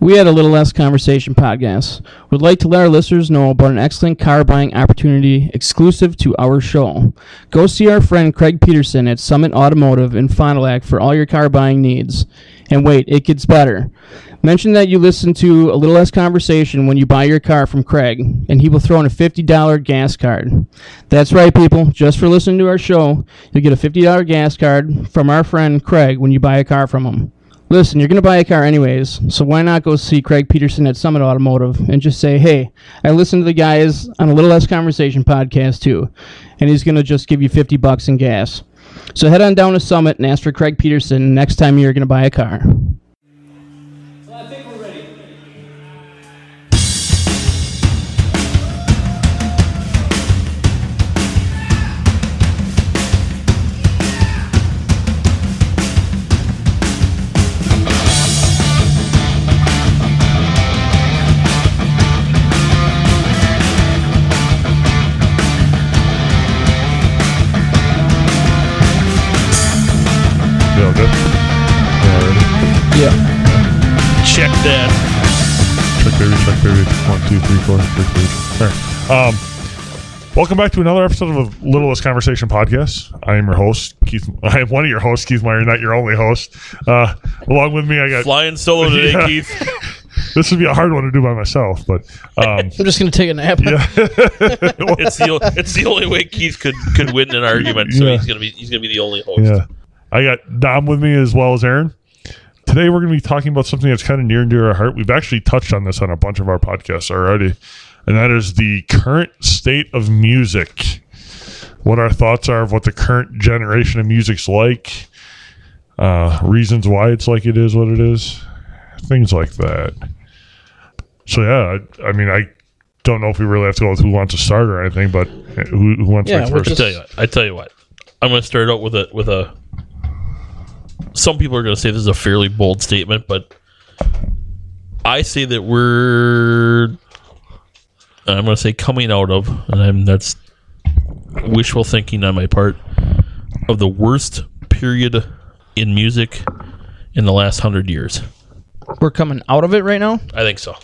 We had a little less conversation podcast. Would like to let our listeners know about an excellent car buying opportunity exclusive to our show. Go see our friend Craig Peterson at Summit Automotive in Fond du Lac for all your car buying needs. And wait, it gets better. Mention that you listen to a little less conversation when you buy your car from Craig, and he will throw in a $50 gas card. That's right, people. Just for listening to our show, you'll get a $50 gas card from our friend Craig when you buy a car from him. Listen, you're going to buy a car anyways, so why not go see Craig Peterson at Summit Automotive and just say, hey, I listened to the guys on a Little Less Conversation podcast too, and he's going to just give you 50 bucks in gas. So head on down to Summit and ask for Craig Peterson next time you're going to buy a car. I think we're ready. Feel good? Yeah, Yeah. Check that. ready. Check baby, check baby. One, two, three, four, check baby. There. Um, welcome back to another episode of Little Less Conversation podcast. I am your host, Keith. I am one of your hosts, Keith Meyer, not your only host. Uh, along with me, I got Flying solo today, Uh, Yeah. Keith. this would be a hard one to do by myself, but um, I'm just going to take a nap. yeah, It's the o- it's the only way Keith could could win an argument. So Yeah. he's gonna be he's gonna be the only host. yeah. I got Dom with me as well as Aaron. Today we're going to be talking about something that's kind of near and dear to our heart. We've actually touched on this on a bunch of our podcasts already, and that is the current state of music. What our thoughts are of what the current generation of music's like, uh, reasons why it's like it is what it is, things like that. So yeah, I, I mean I don't know if we really have to go with who wants to start or anything, but who, who wants to Yeah, like we're first? I tell you what. I tell you what. I'm gonna start out with a with a. Some people are gonna say this is a fairly bold statement, but I say that we're. I'm gonna say coming out of, and I'm that's wishful thinking on my part of the worst period in music in the last hundred years. We're coming out of it right now. I think so.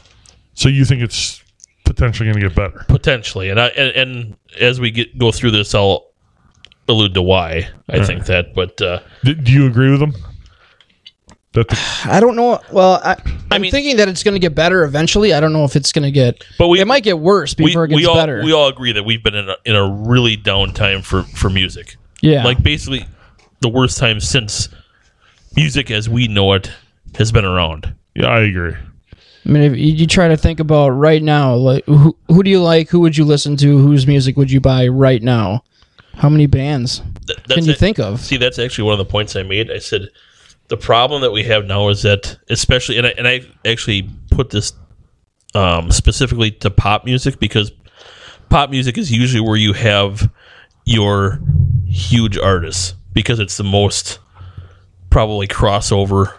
So you think it's potentially going to get better? potentially and i and, and as we get go through this i'll allude to why i think that but uh D- do you agree with them? That the, I don't know. Well, I, I'm mean- thinking that it's going to get better eventually. I don't know if it's going to get. But we- it might get worse we, before it gets we all better. we all agree that we've been in a, in a really down time for for music yeah. like basically the worst time since music as we know it has been around yeah, I agree. I mean, if you you try to think about right now, like who, who do you like? Who would you listen to? Whose music would you buy right now? How many bands Th- that's can you it. think of? see that's actually one of the points i made i said the problem that we have now is that especially and i, and I actually put this um, specifically to pop music because pop music is usually where you have your huge artists because it's the most probably crossover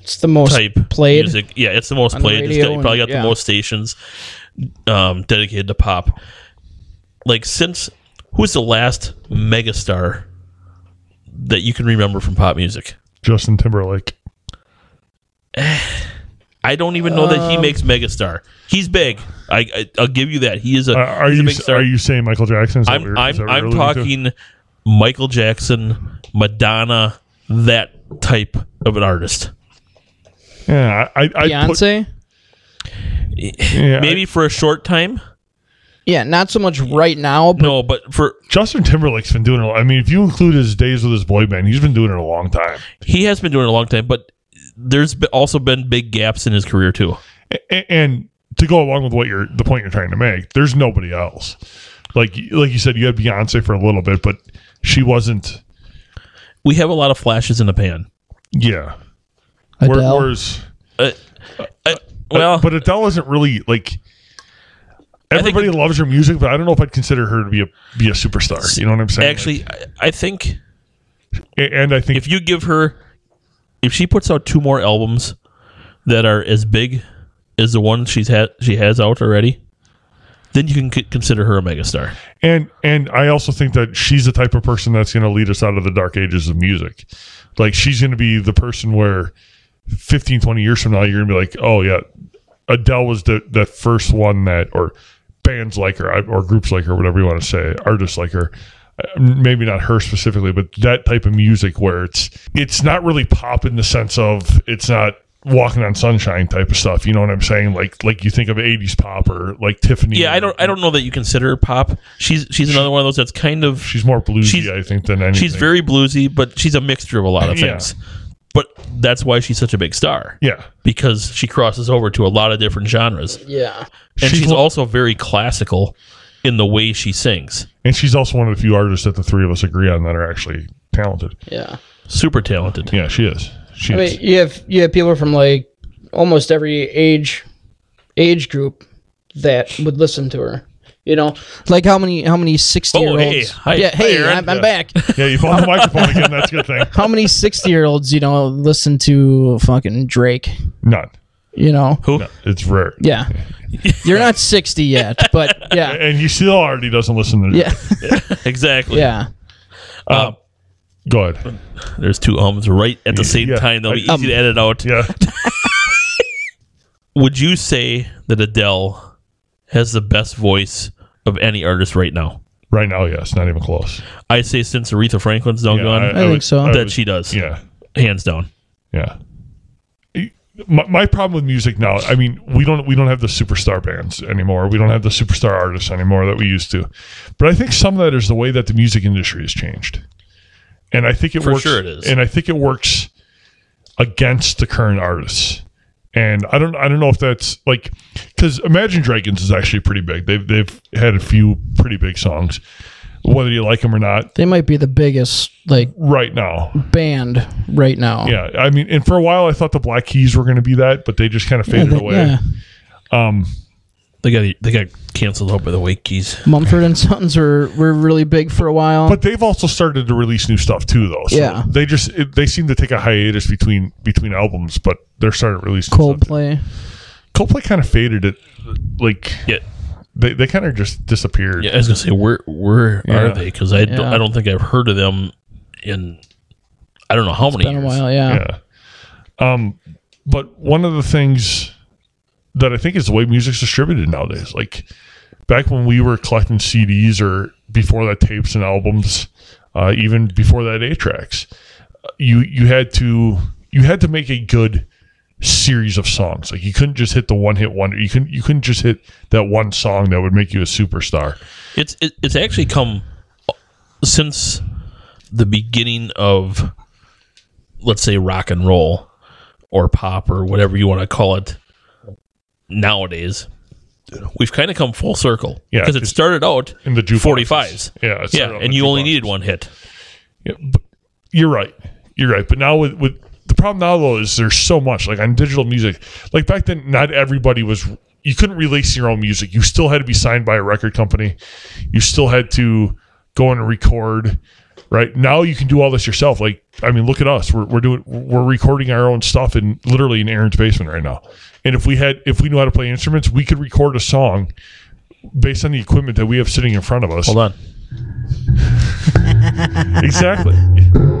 It's the most type played. music. Yeah, it's the most the played. It's radio got, you probably and- got yeah. the most stations um, dedicated to pop. Like since who's the last megastar that you can remember from pop music? Justin Timberlake. I don't even know Um, that he makes megastar. He's big. I, I I'll give you that. He is a. Uh, are he's a you big star. are you saying Michael Jackson? Is that what I'm you're- is that I'm what you're I'm alluding talking Michael Jackson, Madonna, that type of an artist. to? Yeah, I, I I'd put- Beyonce. yeah, I- Maybe for a short time. yeah, not so much right now, but No, but for Justin Timberlake's been doing it. a- I mean, if you include his days with his boy band, he's been doing it a long time. he has been doing it a long time, but there's be- also been big gaps in his career too. and, and to go along with what you're the point you're trying to make, there's nobody else. Like like you said, you had Beyonce for a little bit, but she wasn't. We have a lot of flashes in the pan. Yeah, Where- Adele. whereas Uh, uh, well, but Adele isn't really like. think Everybody loves her music, but I don't know if I'd consider her to be a be a superstar. You know what I'm saying? actually, I, I think Like, a- and I think if you give her, if she puts out two more albums that are as big as the one she's had she has out already, then you can c- consider her a megastar. and and I also think that she's the type of person that's going to lead us out of the dark ages of music. Like she's going to be the person where 15, 20 years from now, you're going to be like, oh, yeah, Adele was the, that first one that, or bands like her, or groups like her, whatever you want to say, artists like her. Uh, Maybe not her specifically, but that type of music where it's it's not really pop in the sense of it's not walking on sunshine type of stuff. You know what I'm saying? Like like you think of 80s pop or like Tiffany. Yeah, I don't. I don't know that you consider her pop. She's she's another one of those that's kind of She's more bluesy, She's- I think, than anything. she's very bluesy, but she's a mixture of a lot of Yeah. things. But that's why she's such a big star yeah. because she crosses over to a lot of different genres, and Yeah. she's, She's one- also very classical in the way she sings. And she's also one of the few artists that the three of us agree on that are actually talented. Yeah. Super talented. Yeah, she is. She I is. mean, you have you have people from like almost every age age group that would listen to her. You know, like how many how many sixty year Oh, hey. olds? Hi- yeah, hi, hey, Aaron. I'm, I'm Yeah. back. yeah, you found the microphone again. That's a good thing. How many sixty year olds you know listen to fucking Drake? None. You know, Who? No, it's rare. yeah, you're not sixty yet, but yeah, And he still already doesn't listen to yeah, Exactly. yeah. Um, Go ahead. there's two ums right at the same Yeah. time. They'll be easy I- to edit out. Yeah. Would you say that Adele has the best voice of any artist right now? Right now, yes. Not even close. I say since Aretha Franklin's now Yeah, gone, I think so. I that would- she does, Yeah. hands down. Yeah. My, my problem with music now, I mean, we don't we don't have the superstar bands anymore. We don't have the superstar artists anymore that we used to. But I think some of that is the way that the music industry has changed. And I think it For works sure it is. and I think it works against the current artists. And I don't I don't know if that's like cuz Imagine Dragons is actually pretty big. They've they've had a few pretty big songs whether you like them or not They might be the biggest like right now. band right now. Yeah, I mean, and for a while I thought the Black Keys were going to be that, but they just kind of Yeah, faded they- away. yeah. They got they got canceled out by the Wake Keys. Mumford and Sons were were really big for a while. But they've also started to release new stuff too, though. So Yeah. they just it, they seem to take a hiatus between between albums, but they're starting to release new stuff. Coldplay. Coldplay kind of faded it, like Yeah, they, they kind of just disappeared. yeah. I was gonna say where where Yeah. are they? Because I don't, Yeah. I don't think I've heard of them in I don't know how many Been a years. while, yeah. Yeah. Um, but one of the things that I think is the way music's distributed nowadays. Like back when we were collecting CDs or before that tapes and albums, uh, even before that eight tracks, you you had to you had to make a good series of songs. Like you couldn't just hit the one hit wonder. You couldn't you couldn't just hit that one song that would make you a superstar. It's it, it's actually come uh, since the beginning of let's say rock and roll or pop or whatever you want to call it nowadays. We've kind of come full circle Yeah, because it it's- started out In the jukeboxes. 45s. Yeah. it yeah, started on and the you only jukeboxes. needed one hit. Yeah, but you're right. You're right. But now with, with the problem now though is there's so much like on digital music. Like back then, not everybody was. You couldn't release your own music. You still had to be signed by a record company. You still had to go in and record. Right now, you can do all this yourself. Like I mean, look at us. We're, we're doing. We're recording our own stuff in literally in Aaron's basement right now. And if we had, if we knew how to play instruments, we could record a song based on the equipment that we have sitting in front of us. Hold on. Exactly.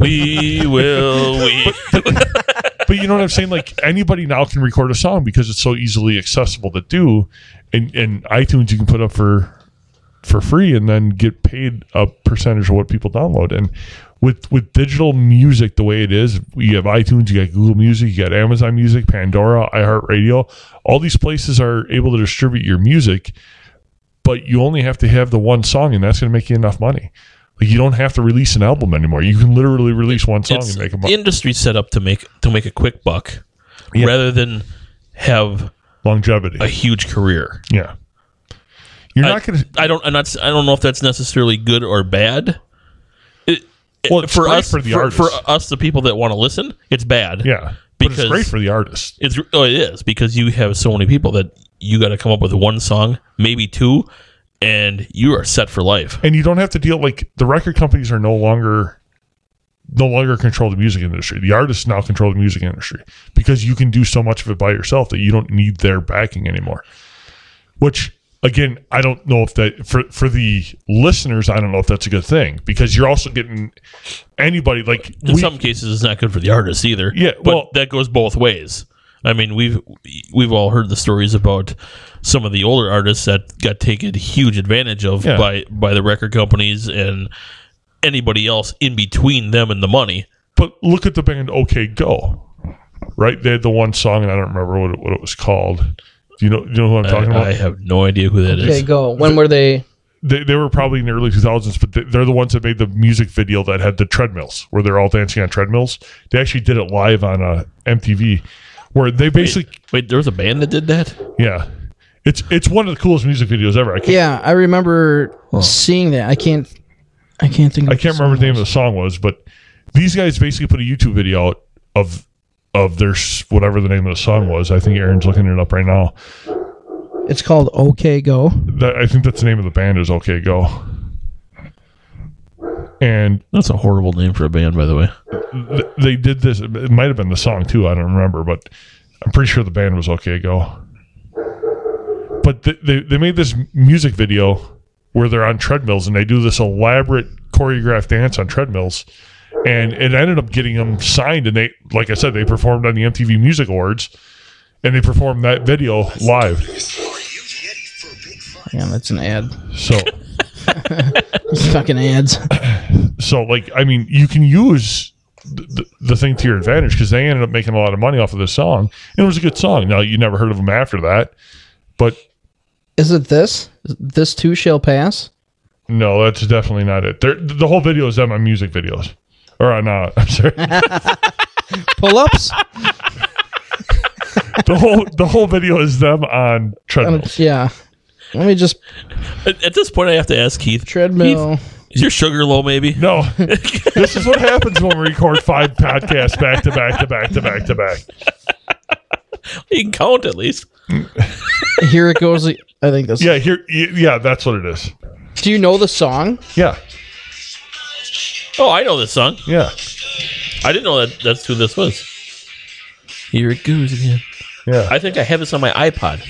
We will we but you know what I'm saying? Like anybody now can record a song because it's so easily accessible to do, and and iTunes you can put up for for free and then get paid a percentage of what people download. And with with digital music the way it is, you have iTunes, you got Google Music, you got Amazon Music, Pandora, iHeartRadio. All these places are able to distribute your music, but you only have to have the one song, and that's going to make you enough money. Like you don't have to release an album anymore. You can literally release one song it's and make a mo- industry set up to make to make a quick buck Yeah. rather than have longevity. a huge career. Yeah. You're not going to. I don't I'm not I don't know if that's necessarily good or bad. It, Well, it- it's for great us for the for, artist. us the people that want to listen, it's bad. Yeah. but Because- it's great for the artist. It's oh, it is because you have so many people that you got to come up with one song, maybe two, and you are set for life. And you don't have to deal like the record companies are no longer no longer control the music industry. The artists now control the music industry because you can do so much of it by yourself that you don't need their backing anymore. Which again, I don't know if that for for the listeners, I don't know if that's a good thing because you're also getting anybody like in we- some cases it's not good for the artist either. Yeah, but well- that goes both ways. I mean, we've we've all heard the stories about some of the older artists that got taken huge advantage of Yeah. by by the record companies and anybody else in between them and the money. but look at the band OK Go, right? They had the one song, and I don't remember what it, what it was called. Do you know? Do you know who I'm I, talking about? I have no idea who that is. Okay, go. When were they? they, they were probably in the early 2000s, but they- they're the ones that made the music video that had the treadmills, where they're all dancing on treadmills. They actually did it live on uh, MTV, where they basically, Wait, there was a band that did that. yeah, it's it's one of the coolest music videos ever. I can't, Yeah, I remember seeing that. I can't. I can't think. I of can't the remember the song. name of the song was, but these guys basically put a YouTube video out of of their s- whatever the name of the song was. I think Aaron's looking it up right now. It's called OK Go. That, I think that's the name of the band is OK Go. And That's a horrible name for a band, by the way. th- they did this. It might have been the song too. I don't remember, but I'm pretty sure the band was okay. Go. But th- they they made this music video where they're on treadmills and they do this elaborate choreographed dance on treadmills, and it ended up getting them signed. And they, like I said, they performed on the MTV Music Awards, and they performed that video live. Yeah, that's an ad. So. Fucking ads. So, like, I mean, you can use the, the thing to your advantage because they ended up making a lot of money off of this song, and it was a good song. Now, you never heard of them after that, but Is it this? This too shall pass. no, that's definitely not it. They're, the whole video is them on music videos, or on uh, I'm sorry, Pull ups. the whole the whole video is them on treadmills. Um, yeah. Let me just At, at this point, I have to ask Keith. treadmill. Keith, is your sugar low? Maybe. No, this is what happens when we record five podcasts back to back to back to back to back. You can count at least. Here it goes. I think that's. Yeah, here, yeah, that's what it is. Do you know the song? Yeah, Oh, I know this song. yeah, I didn't know that. That's who this was. Here it goes again. yeah. I think I have this on my iPod.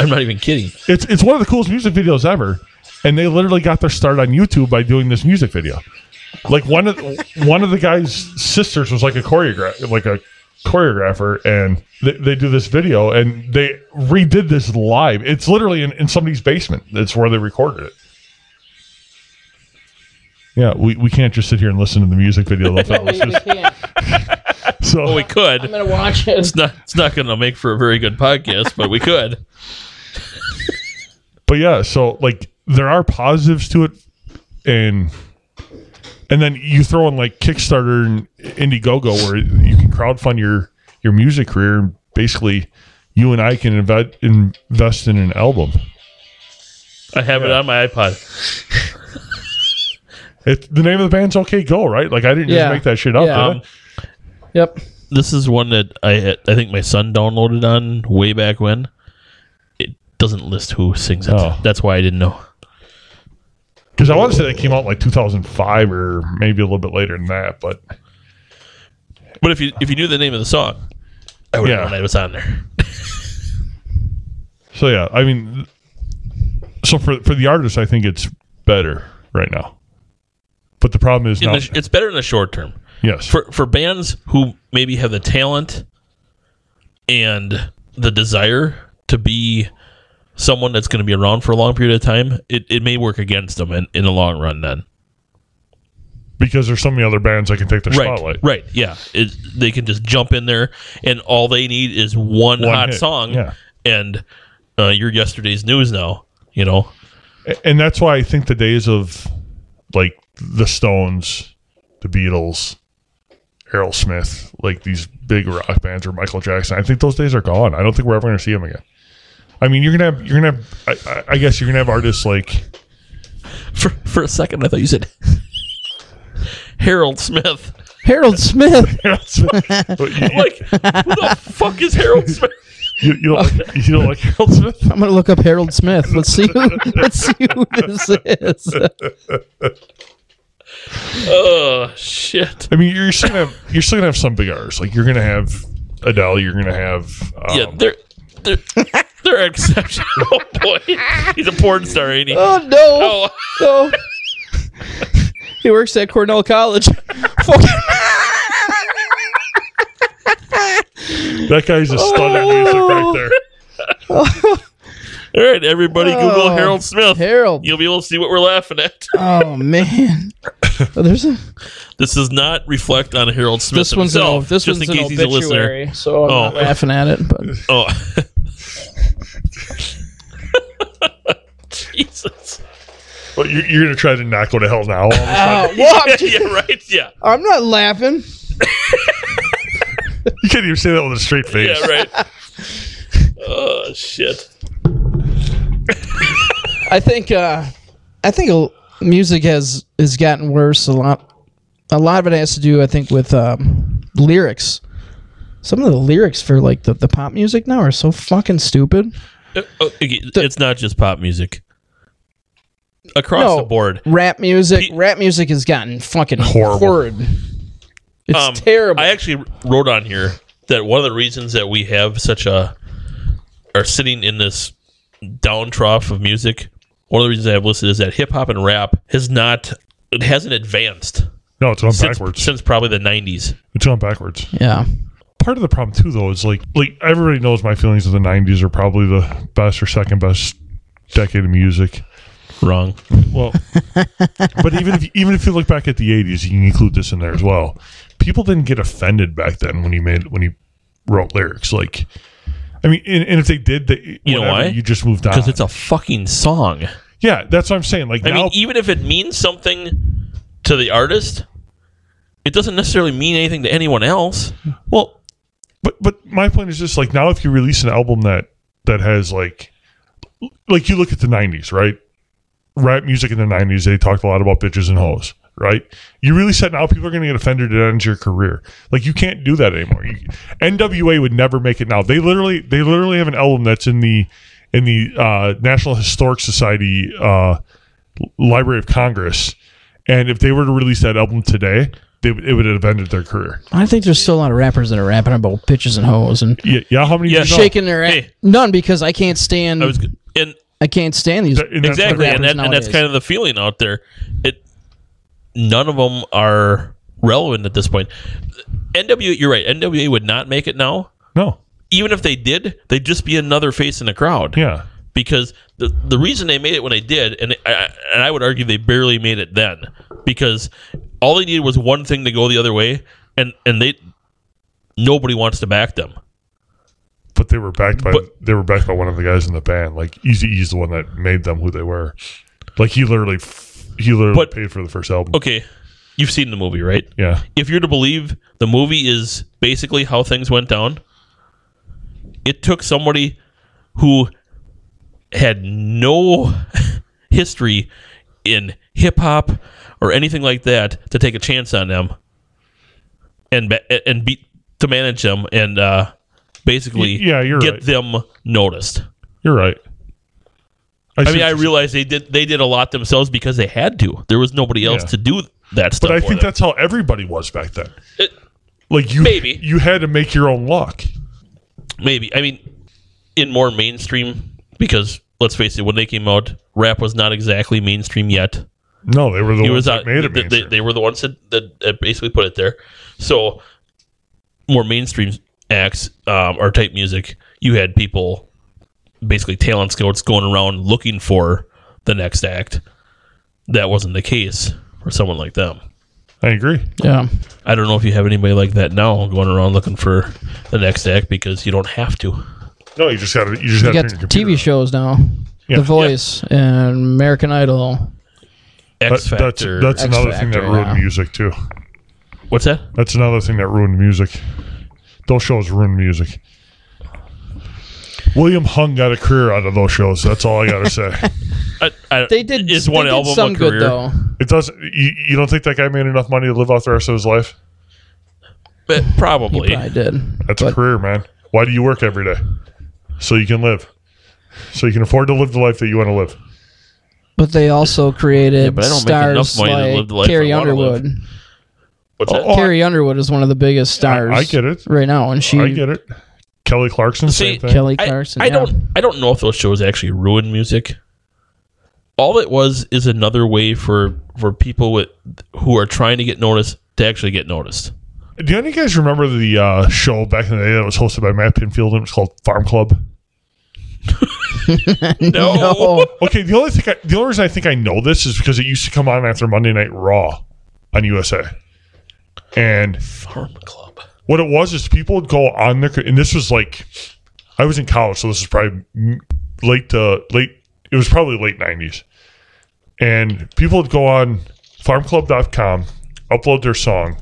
I'm not even kidding. It's it's one of the coolest music videos ever, and they literally got their start on YouTube by doing this music video. Like one of one of the guy's sisters was like a choreograph, like a choreographer, and they, they do this video and they redid this live. It's literally in, in somebody's basement. That's where they recorded it. Yeah, we, we can't just sit here and listen to the music video. Though, fellas. Just- can't. so Well, we could. gonna watch it. It's not. It's not going to make for a very good podcast, but we could. but yeah, so like there are positives to it, and and then you throw in like Kickstarter and Indiegogo where you can crowdfund your your music career. and Basically, you and I can invest invest in an album. I have it on my iPod. It, the name of the band's OK Go, right? Like I didn't Yeah. just make that shit up. Yeah. did I? Um, Yep. This is one that I had, I think my son downloaded on way back when. It doesn't list who sings it. Oh. That's why I didn't know. Because I want to say that came out in, like 2005 or maybe a little bit later than that. But But if you if you knew the name of the song, I would have Yeah. known it was on there. so yeah, I mean, so for for the artist, I think it's better right now. But the problem is In now, the sh- it's better in the short term. yes, for for bands who maybe have the talent and the desire to be someone that's going to be around for a long period of time, it, it may work against them in, in the long run then. because there's so many other bands that can take the Right. spotlight. Right. Yeah. It, they can just jump in there and all they need is one, One hot hit, song yeah. and uh, you're yesterday's news now, you know. A- And that's why I think the days of like the Stones, the Beatles, Aerosmith, like these big rock bands or Michael Jackson, I think those days are gone. I don't think we're ever going to see them again. I mean, you're gonna have you're gonna have. I- I, I guess you're gonna have artists like For for a second I thought you said Harold Smith. Harold Smith. Aerosmith. Like who the fuck is Harold Smith? you, you, you don't like, you don't like Aerosmith. I'm gonna look up Harold Smith. Let's see. Who, let's see who this is. Oh shit. I mean, you're still gonna have, you're still gonna have some big artists. Like you're gonna have Adele. You're gonna have um, yeah, they're, they're They're exceptional. oh boy, he's a porn star, ain't he? Oh no! Oh, No. he works at Cornell College. Fucking- That guy's a stunning music right there. all right, everybody, Google Oh. Harold Smith. Harold. You'll be able to see what we're laughing at. Oh man. Oh, there's a, This does not reflect on Harold Smith this one's an, himself. ob- this just one's in an case he's a listener. obituary, so I'm not Oh. laughing at it. But Oh, Jesus! But you're, you're gonna try to not go to hell now. Oh, well, I'm, just- yeah, right. Yeah, I'm not laughing. You can't even say that with a straight face. yeah, right. oh shit! I think uh, I think l- music has has gotten worse a lot. A lot of it has to do, I think, with um, lyrics. Some of the lyrics for like the, the pop music now are so fucking stupid. Uh, oh, okay, it's not just pop music. Across No. the board, Rap music, Pe- rap music has gotten fucking Horrible. horrid. It's Um, terrible. I actually wrote on here that one of the reasons that we have such a are sitting in this down trough of music. One of the reasons I have listed is that hip hop and rap has not it hasn't advanced No, it's on since, backwards. since probably the nineties. It's on backwards. yeah, part of the problem too though is like like everybody knows my feelings of the 90s are probably the best or second best decade of music Wrong. well but even if even if you look back at the 80s you can include this in there as well people didn't get offended back then when you made when you wrote lyrics like i mean and, and if they did they You know whatever, why? you just moved on Because it's a fucking song. yeah that's what i'm saying like I now mean, even if it means something to the artist, it doesn't necessarily mean anything to anyone else. Well, but but my point is just like now, if you release an album that that has like, like you look at the '90s, right? Rap music in the '90s, they talked a lot about bitches and hoes, right? You release that now, people are going to get offended. It ends your career. Like you can't do that anymore. You, NWA would never make it now. They literally they literally have an album that's in the in the uh, National Historic Society uh, Library of Congress, and if they were to release that album today, they, it would have ended their career. I think there's still a lot of rappers that are rapping about bitches and hoes and Yeah, yeah. How many? Yeah, do you know? shaking their ass. Hey. None because I can't stand. I I, was and can't stand these. That- and that's exactly, what- and, that, and that's nowadays. kind of the feeling out there. It none of them are relevant at this point. NWA, you're right. NWA would not make it now. no. Even if they did, they'd just be another face in the crowd. Yeah. because the the reason they made it when they did, and I, and I would argue they barely made it then, because all they needed was one thing to go the other way, and and they nobody wants to back them. But they were backed by But- they were backed by one of the guys in the band. Like Easy E's the one that made them who they were. Like he literally f- he literally But- paid for the first album. Okay, you've seen the movie, right? Yeah. If you're to believe the movie is basically how things went down, it took somebody who had no history in hip hop or anything like that to take a chance on them and ba- and beat to manage them and uh, basically Y- yeah, you're get right. them noticed. You're right. I see mean, what I you're realize they did they did a lot themselves because they had to. There was nobody else Yeah. to do that stuff. But I for think them. that's how everybody was back then. It- like you, Maybe. you had to make your own luck. maybe. I mean, in more mainstream because let's face it, when they came out, rap was not exactly mainstream yet. No, they were the It ones was that out, made it. they, they, mainstream. they were the ones that, that, that basically put it there. So more mainstream acts um, or type music, you had people basically talent scouts going around looking for the next act. That wasn't the case for someone like them. I agree. yeah. I don't know if you have anybody like that now going around looking for the next act because you don't have to. No, you just got to you just You got to got TV shows now. Yeah. The Voice and American Idol. X that's Factor. that's X another thing that Factor, ruined yeah. music too. What's that? That's another thing that ruined music. Those shows ruined music. William Hung got a career out of those shows. That's all I gotta say. I, I, They did. is they one did album some a career. good though. It doesn't. You, you don't think that guy made enough money to live out the rest of his life? But probably. I did. That's a But- career, man. Why do you work every day? So you can live. So you can afford to live the life that you want to live. But they also created but I don't make enough stars money to like live the life Carrie I wanna Underwood. What's Oh, that? oh, Carrie Underwood is one of the biggest I, stars I get it. right now, and she I get it. Kelly Clarkson, See, same thing. Kelly I- Clarkson. I, yeah. don't I don't know if those shows actually ruined music. All it was is another way for for people with who are trying to get noticed to actually get noticed. Do any of you guys remember the uh, show back in the day that was hosted by Matt Pinfield and it was called Farm Club? No. No. Okay, the only thing I, the only reason I think I know this is because it used to come on after Monday Night Raw on USA. And Farm Club. what it was is people would go on their and this was like I was in college, so this is probably m- late to late. It was probably late nineties, and people would go on FarmClub.com, upload their song,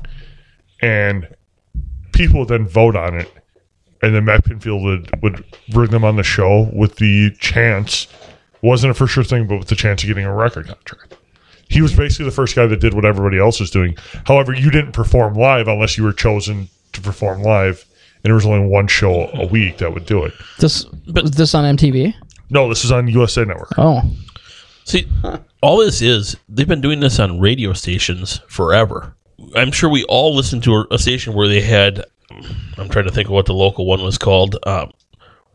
and people would then vote on it, and then Matt Pinfield would would bring them on the show with the chance wasn't a for sure thing, but with the chance of getting a record contract. He was basically the first guy that did what everybody else was doing. However, you didn't perform live unless you were chosen to perform live, and there was only one show a week that would do it. This was this on MTV. No, this is on USA Network. Oh, See, all this is they've been doing this on radio stations forever. I'm sure we all listened to a, a station where they had. I'm trying to think of what the local one was called, um,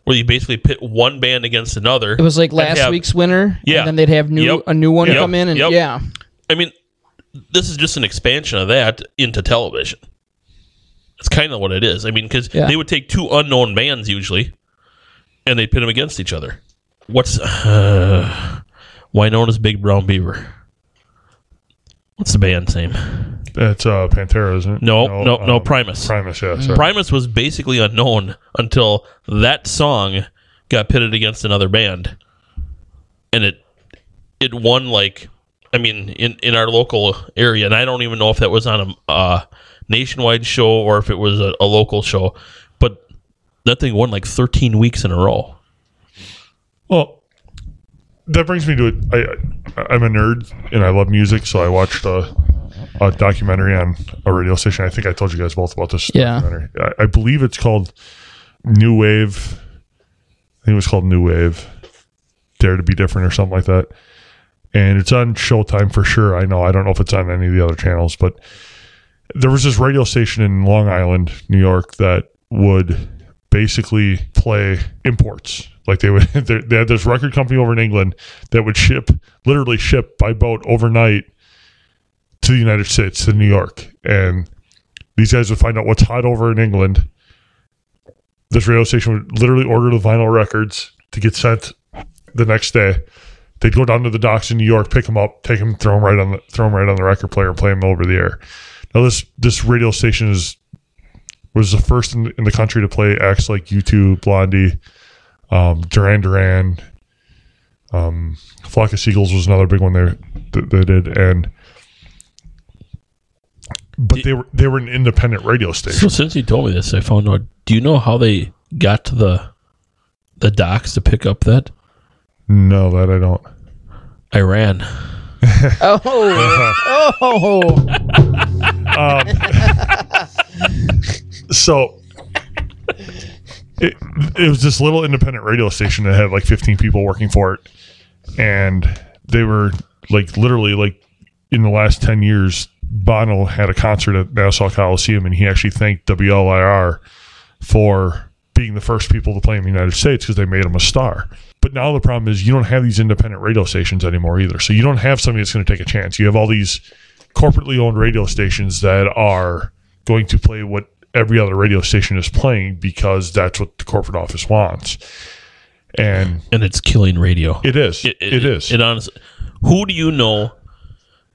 where you basically pit one band against another. it was like last have- week's winner. Yeah. And then they'd have new Yep. a new one Yep. come in, and Yep. yeah, I mean, this is just an expansion of that into television. It's kind of what it is. I mean, because Yeah. they would take two unknown bands usually, and they'd pit them against each other. What's uh, why known as Big Brown Beaver? What's the band's name? That's uh, Pantera, isn't it? um, No, no, uh, no, Primus. Primus, yeah. sorry. Primus was basically unknown until that song got pitted against another band, and it it won like I mean in in our local area, and I don't even know if that was on a uh, nationwide show or if it was a, a local show, but that thing won like 13 weeks in a row. Well, that brings me to it. I, I, I'm a nerd and I love music, so I watched a, a documentary on a radio station. I think I told you guys both about this Yeah. documentary. I, I believe it's called New Wave. I think it was called New Wave, Dare to Be Different or something like that. And it's on Showtime for sure. I know. I don't know if it's on any of the other channels, but there was this radio station in Long Island, New York, that would basically play imports. Like they would, they they had this record company over in England that would ship, literally ship by boat overnight to the United States, to New York. And these guys would find out what's hot over in England. This radio station would literally order the vinyl records to get sent the next day. They'd go down to the docks in New York, pick them up, take them, throw them right on the throw 'em right on the record player, and play them over the air. Now this this radio station is was the first in, in the country to play acts like U2, Blondie, um, Duran Duran, um, Flock of Seagulls was another big one they that they did, and but they were they were an independent radio station. So since you told me this, I found out. Do you know how they got to the the docks to pick up that No, that I don't. Iran? oh, oh, so it, it was this little independent radio station that had like 15 people working for it and they were like literally like in the last 10 years bono had a concert at nassau coliseum and he actually thanked wlir for being the first people to play in the united states because they made him a star but now the problem is you don't have these independent radio stations anymore either so you don't have somebody that's going to take a chance you have all these corporately owned radio stations that are going to play what every other radio station is playing because that's what the corporate office wants. And And it's killing radio. it is. it is. It honestly, who do you know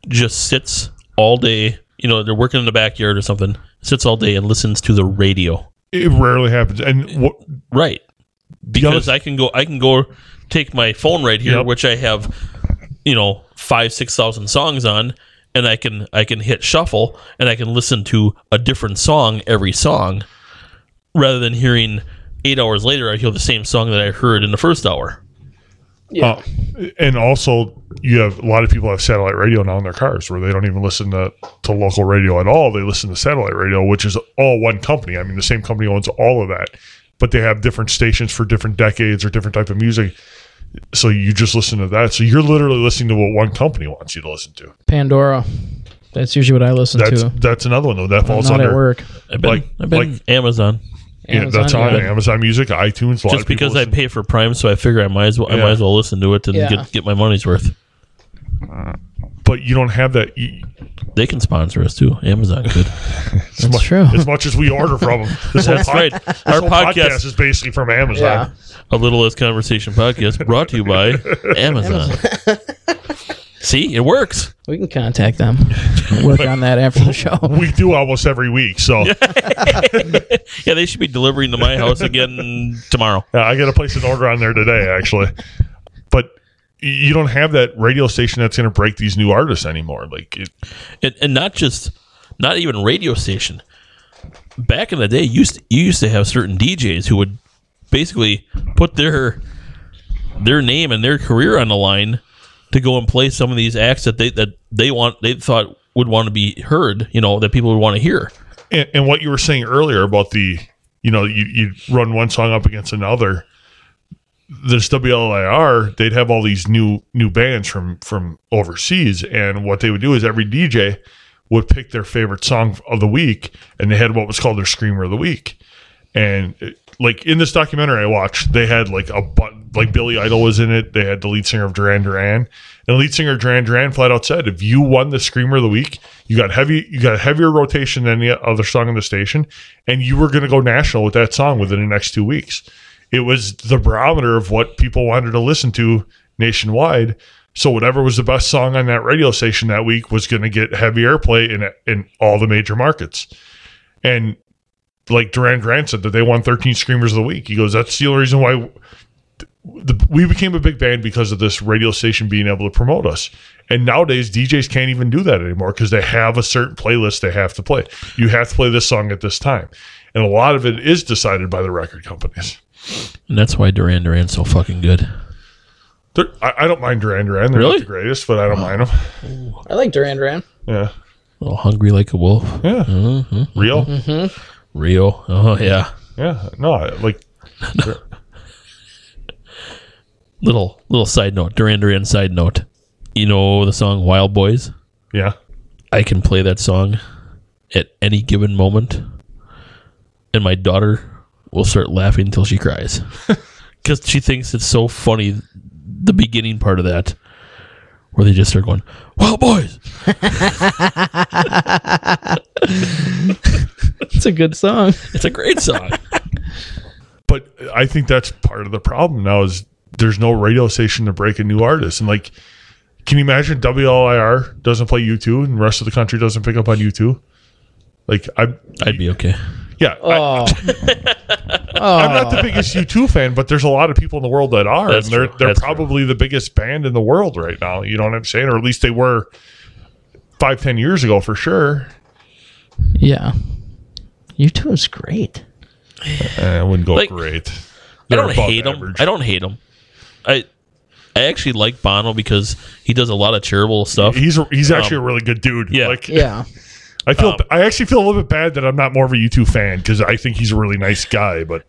just sits all day? You know, they're working in the backyard or something. Sits all day and listens to the radio. It rarely happens. And what Right. other- Because I can go. I can go take my phone right here, Yep. which I have, you know, five six thousand songs on, and I can I can hit shuffle and I can listen to a different song every song, rather than hearing eight hours later I hear the same song that I heard in the first hour. uh, and also you have a lot of people have satellite radio now in their cars where they don't even listen to, to local radio at all. They listen to satellite radio, which is all one company. I mean the same company owns all of that. But they have different stations for different decades or different type of music. So you just listen to that. So you're literally listening to what one company wants you to listen to. Pandora. That's usually what I listen That's to. that's another one though. That falls Not under at work. I've been, Like- I've been like- Amazon. Yeah, that's on Music. Amazon Music, iTunes. A lot Just of people because I listen- pay for Prime, so I figure I might as well I Yeah. might as well listen to it and Yeah. get, get my money's worth. but you don't have that. You, They can sponsor us too. Amazon could. as much, true. As much as we order from them, this whole, That's pod- right. Our whole podcast. podcast, is basically from Amazon. Yeah. a little less conversation podcast, brought to you by Amazon. See, it works. We can contact them. Work on that after the show. We do almost every week, so uh, Yeah, they should be delivering to my house again tomorrow. Yeah, I got to place an order on there today, actually. But y- you don't have that radio station that's going to break these new artists anymore. Like, it, and, and not just not even radio station. Back in the day, you used you used to have certain DJs who would basically put their their name and their career on the line to go and play some of these acts that they that they want they thought would want to be heard, you know, that people would want to hear. and, and what you were saying earlier about the, you know, you you run one song up against another. This WLIR, they'd have all these new new bands from from overseas, and what they would do is every DJ would pick their favorite song of the week, and they had what was called their screamer of the week. and it- like in this documentary I watched, they had like a but like Billy Idol was in it. They had the lead singer of Duran Duran, and the lead singer of Duran Duran flat out said, "If you won the Screamer of the Week, you got heavy, you got a heavier rotation than any other song on the station, and you were going to go national with that song within the next two weeks." It was the barometer of what people wanted to listen to nationwide. So whatever was the best song on that radio station that week was going to get heavy airplay in in all the major markets, and like Duran Duran said that they won 13 Screamers of the Week. He goes, that's the only reason why the, we became a big band because of this radio station being able to promote us. And nowadays, DJs can't even do that anymore because they have a certain playlist they have to play. You have to play this song at this time. And a lot of it is decided by the record companies. And that's why Duran Duran's so fucking good. They're- I, I don't mind Duran Duran. They're Really? not the greatest, but I don't mind them. I like Duran Duran. Yeah. A little hungry like a wolf. Yeah. Real? Rio. Oh yeah. Yeah. No, I- like, Little little side note. Duran Duran side note. You know the song Wild Boys? yeah. I can play that song at any given moment, and my daughter will start laughing until she cries because she thinks it's so funny. The beginning part of that, where they just start going, "Wild boys!" It's a good song. It's a great song. but I think that's part of the problem now is there's no radio station to break a new artist. And like, can you imagine WLIR doesn't play U2 and the rest of the country doesn't pick up on U2? Like I, I'd be okay. yeah, I, Oh. I'm not the biggest U2 fan, but there's a lot of people in the world that are, That's and they're true. they're That's true. probably the biggest band in the world right now. You know what I'm saying, or at least they were five, ten years ago for sure. Yeah. You two is great. Eh, I wouldn't go Like, great. I They're don't above hate him. average. I don't hate him. I I actually like Bono because he does a lot of charitable stuff. He's a, he's actually a really good dude. yeah. Like, Yeah. I feel I actually feel a little bit bad that I'm not more of a U2 fan because I think he's a really nice guy, but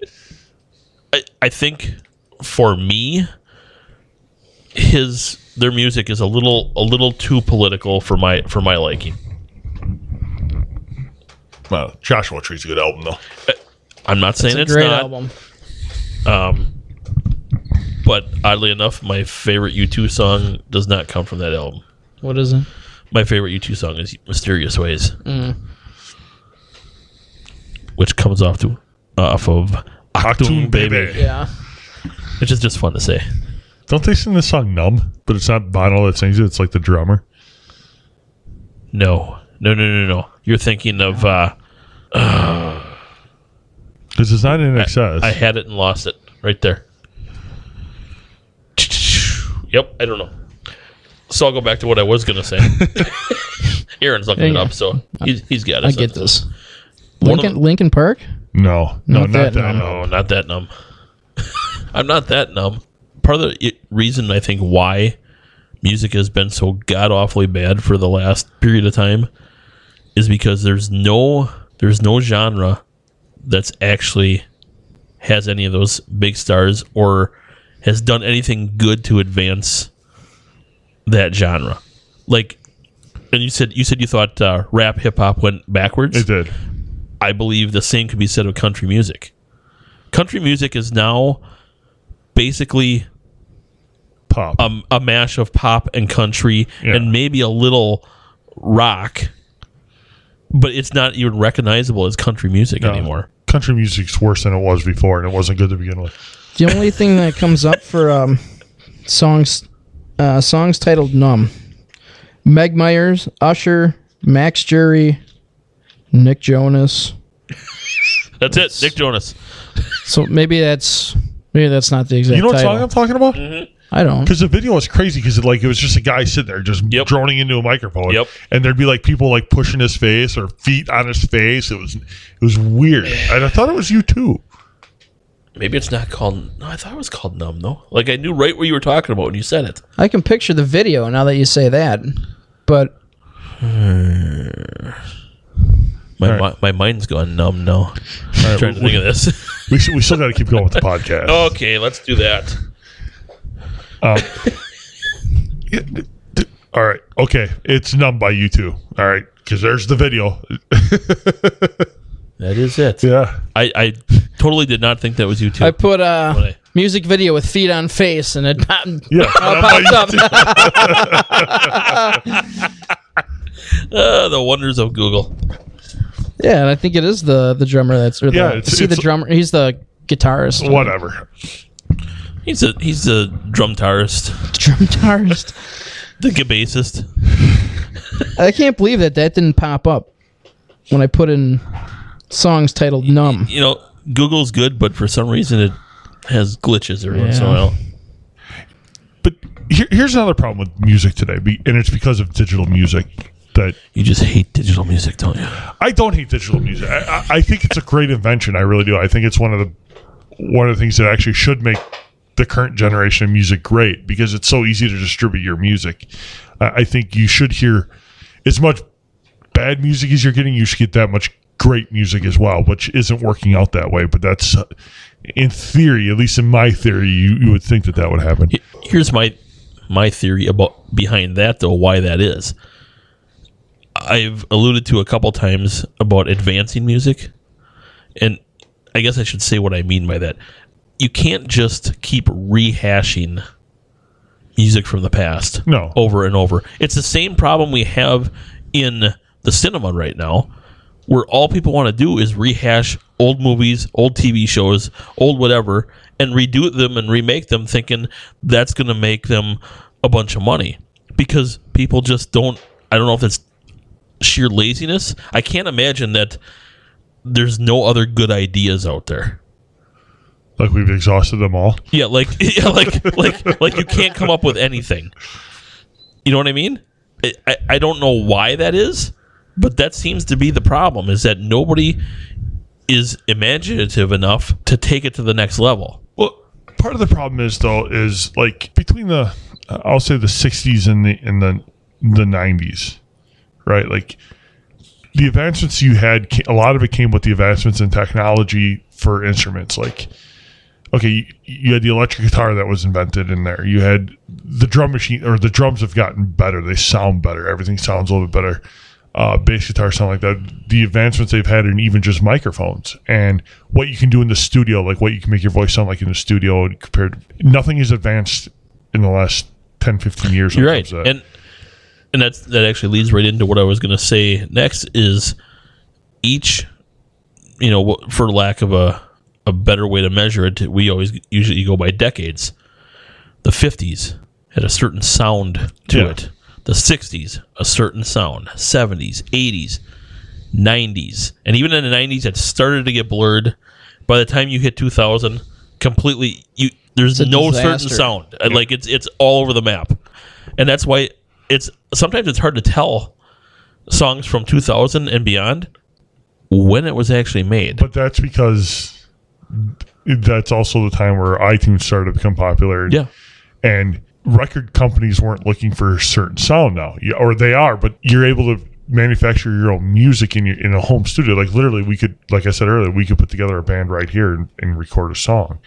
I, I think for me, his their music is a little a little too political for my for my liking. well, Joshua Tree's a good album though. Uh, I'm not It's saying a it's, great not, album. um, but oddly enough, my favorite U2 song does not come from that album. What is it? My favorite U2 song is "Mysterious Ways," Mm. which comes off to off of Octoon "Achtung Baby. Baby," Yeah. which is just fun to say. Don't they sing the song "Numb"? But it's not Bono that sings it; it's like the drummer. No, no, no, no, no. You're thinking of uh, Because it's not in excess. I had it and lost it right there. Yep, I don't know. So I'll go back to what I was gonna say. Aaron's looking it Yeah. up, so he's, he's got it. I get this. One of Lincoln Lincoln Park? no, no, Not not, that that. numb. no. No, not that numb. I'm not that numb. Part of the i- reason I think why music has been so god awfully bad for the last period of time is because there's no there's no genre that's actually has any of those big stars or has done anything good to advance that genre. Like and you said you said you thought uh, rap hip hop went backwards. It did. I believe the same could be said of country music. country music is now basically Pop. a, a mash of pop and country Yeah. and maybe a little rock, but it's not even recognizable as country music No. anymore. Country music's worse than it was before, and it wasn't good to begin with. The only thing that comes up for um, songs uh, songs titled "Numb," Meg Myers, Usher, Max Jury, Nick Jonas. That's it, Nick Jonas. So maybe that's maybe that's not the exact. You know what title. song I'm talking about? I don't. Because the video was crazy because it, like it was just a guy sitting there just Yep. droning into a microphone. Yep. And there'd be like people like pushing his face or feet on his face. It was it was weird. And I thought it was you too. Maybe it's not called. No, I thought it was called Numb though. Like I knew right what you were talking about when you said it. I can picture the video now that you say that, but My All right. mi- my mind's gone numb now. I'm trying to think of this. We, s- we still got to keep going with the podcast. okay, let's do that. Um, yeah, d- all right. Okay. It's numb by you two. All right. Because there's the video. That is it. yeah. I, I totally did not think that was you too. I put uh, Really? music video with feet on face, and it popped, Yeah. popped up. Ah, the wonders of Google. Yeah, and I think it is the the drummer that's or the, Yeah, it's- is he the it's- drummer? He's the guitarist, Whatever. He's a he's a drum guitarist, drum guitarist. the bassist. I can't believe that that didn't pop up when I put in songs titled "Numb." You know, Google's good, but for some reason it has glitches every once in a Yeah. while. But here, here's another problem with music today, be- and it's because of digital music that You just hate digital music, don't you? I don't hate digital music. I, I, I think it's a great invention. I really do. I think it's one of the one of the things that actually should make the current generation of music great because it's so easy to distribute your music. I, I think you should hear as much bad music as you're getting. You should get that much great music as well, which isn't working out that way. But that's uh, in theory, at least in my theory, you, you would think that that would happen. Here's my my theory about behind that though, why that is. I've alluded to a couple times about advancing music, and I guess I should say what I mean by that. You can't just keep rehashing music from the past. No. over and over. It's the same problem we have in the cinema right now, where all people want to do is rehash old movies, old TV shows, old whatever, and redo them and remake them, thinking that's going to make them a bunch of money. Because people just don't. I don't know if it's sheer laziness. I can't imagine that there's no other good ideas out there. Like we've exhausted them all. Yeah, like yeah, like like like you can't come up with anything. You know what I mean? I- I, I don't know why that is, but that seems to be the problem is that nobody is imaginative enough to take it to the next level. Well, part of the problem is though is like between the uh, I'll say the 60s and the and the the 90s, right? Like the advancements you had ca- a lot of it came with the advancements in technology for instruments like okay, you, you had the electric guitar that was invented in there. You had the drum machine, or the drums have gotten better. They sound better. Everything sounds a little bit better. Uh, bass guitar sound like that. The advancements they've had in even just microphones and what you can do in the studio, like what you can make your voice sound like in the studio compared. Nothing is advanced in the last 10, 15 years. when You're it right, comes to that. and and that's that actually leads right into what I was going to say next is each, you know, wh- for lack of a a better way to measure it, we always usually go by decades. The '50s had a certain sound to Yeah. it. The '60s a certain sound. '70s, '80s, '90s, and even in the '90s, it started to get blurred. By the time you hit 2000, completely you there's It's a no certain disaster. sound. And, Like it's it's all over the map, and that's why it's sometimes it's hard to tell songs from 2000 and beyond when it was actually made. but that's because that's also the time where iTunes started to become popular. and yeah, and record companies weren't looking for a certain sound now You- or they are but you're able to manufacture your own music in your in a home studio like literally we could like i said earlier we could put together a band right here and, and record a song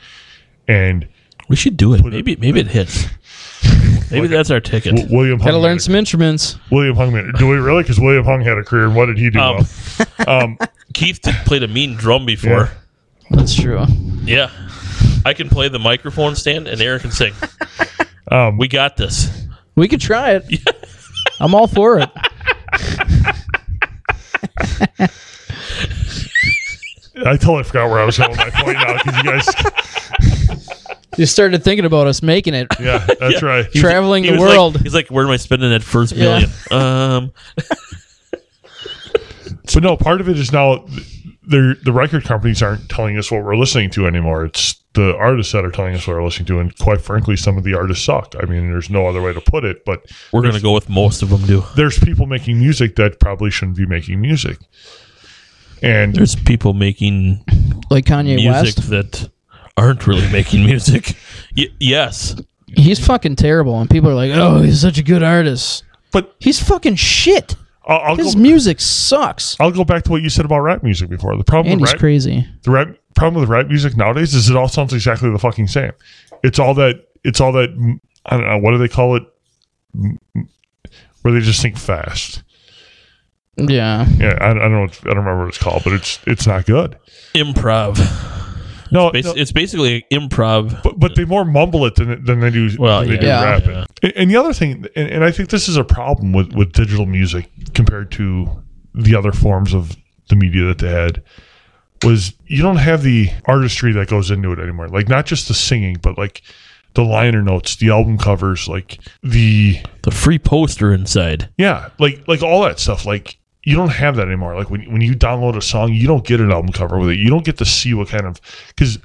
and we should do it. Maybe maybe it hits. Maybe that's our ticket. W- william Got to hung learn had a- some instruments. william hung man do we really because william hung had a career and what did he do Um, well? um Keith did, played a mean drum before. That's true. Yeah. Yeah. I can play the microphone stand and Aaron can sing. Um, We got this. We could try it. I'm all for it. I totally forgot where I was going with my point now because you guys. You started thinking about us making it, Yeah, that's right. traveling He the was like- world. he's like, where am I spending that first Yeah. million? Um, But no, part of it is now the the record companies aren't telling us what we're listening to anymore. It's the artists that are telling us what we're listening to, and quite frankly, some of the artists suck. I mean, there's no other way to put it. But we're gonna go with most of them do. there's people making music that probably shouldn't be making music, and There's people making like Kanye music West. that aren't really making music. Y- yes, He's fucking terrible, and people are like, "Oh, he's such a good artist." But- he's fucking shit. I'll, I'll His go. music sucks, I'll go back to what you said about rap music before. The problem and with he's rap, crazy. the rap problem with rap music nowadays is it all sounds exactly the fucking same. It's all that. It's all that. mm, I don't know what do they call it, Mm, mm, where they just think fast. Yeah, Yeah, I, I don't know. What, I don't remember what it's called, but it's it's not good. improv. No, Bas- Oh, no, It's basically improv. but but they more mumble it than than they do Well, than they yeah. do Yeah. rap. Yeah. And, and the other thing, and, and I think this is a problem with with digital music compared to the other forms of the media that they had. Was you don't have the artistry that goes into it anymore. Like not just the singing, but like the liner notes, the album covers, like the The free poster inside. yeah, like like all that stuff. Like you don't have that anymore. Like when when you download a song, you don't get an album cover with it. You don't get to see what kind of because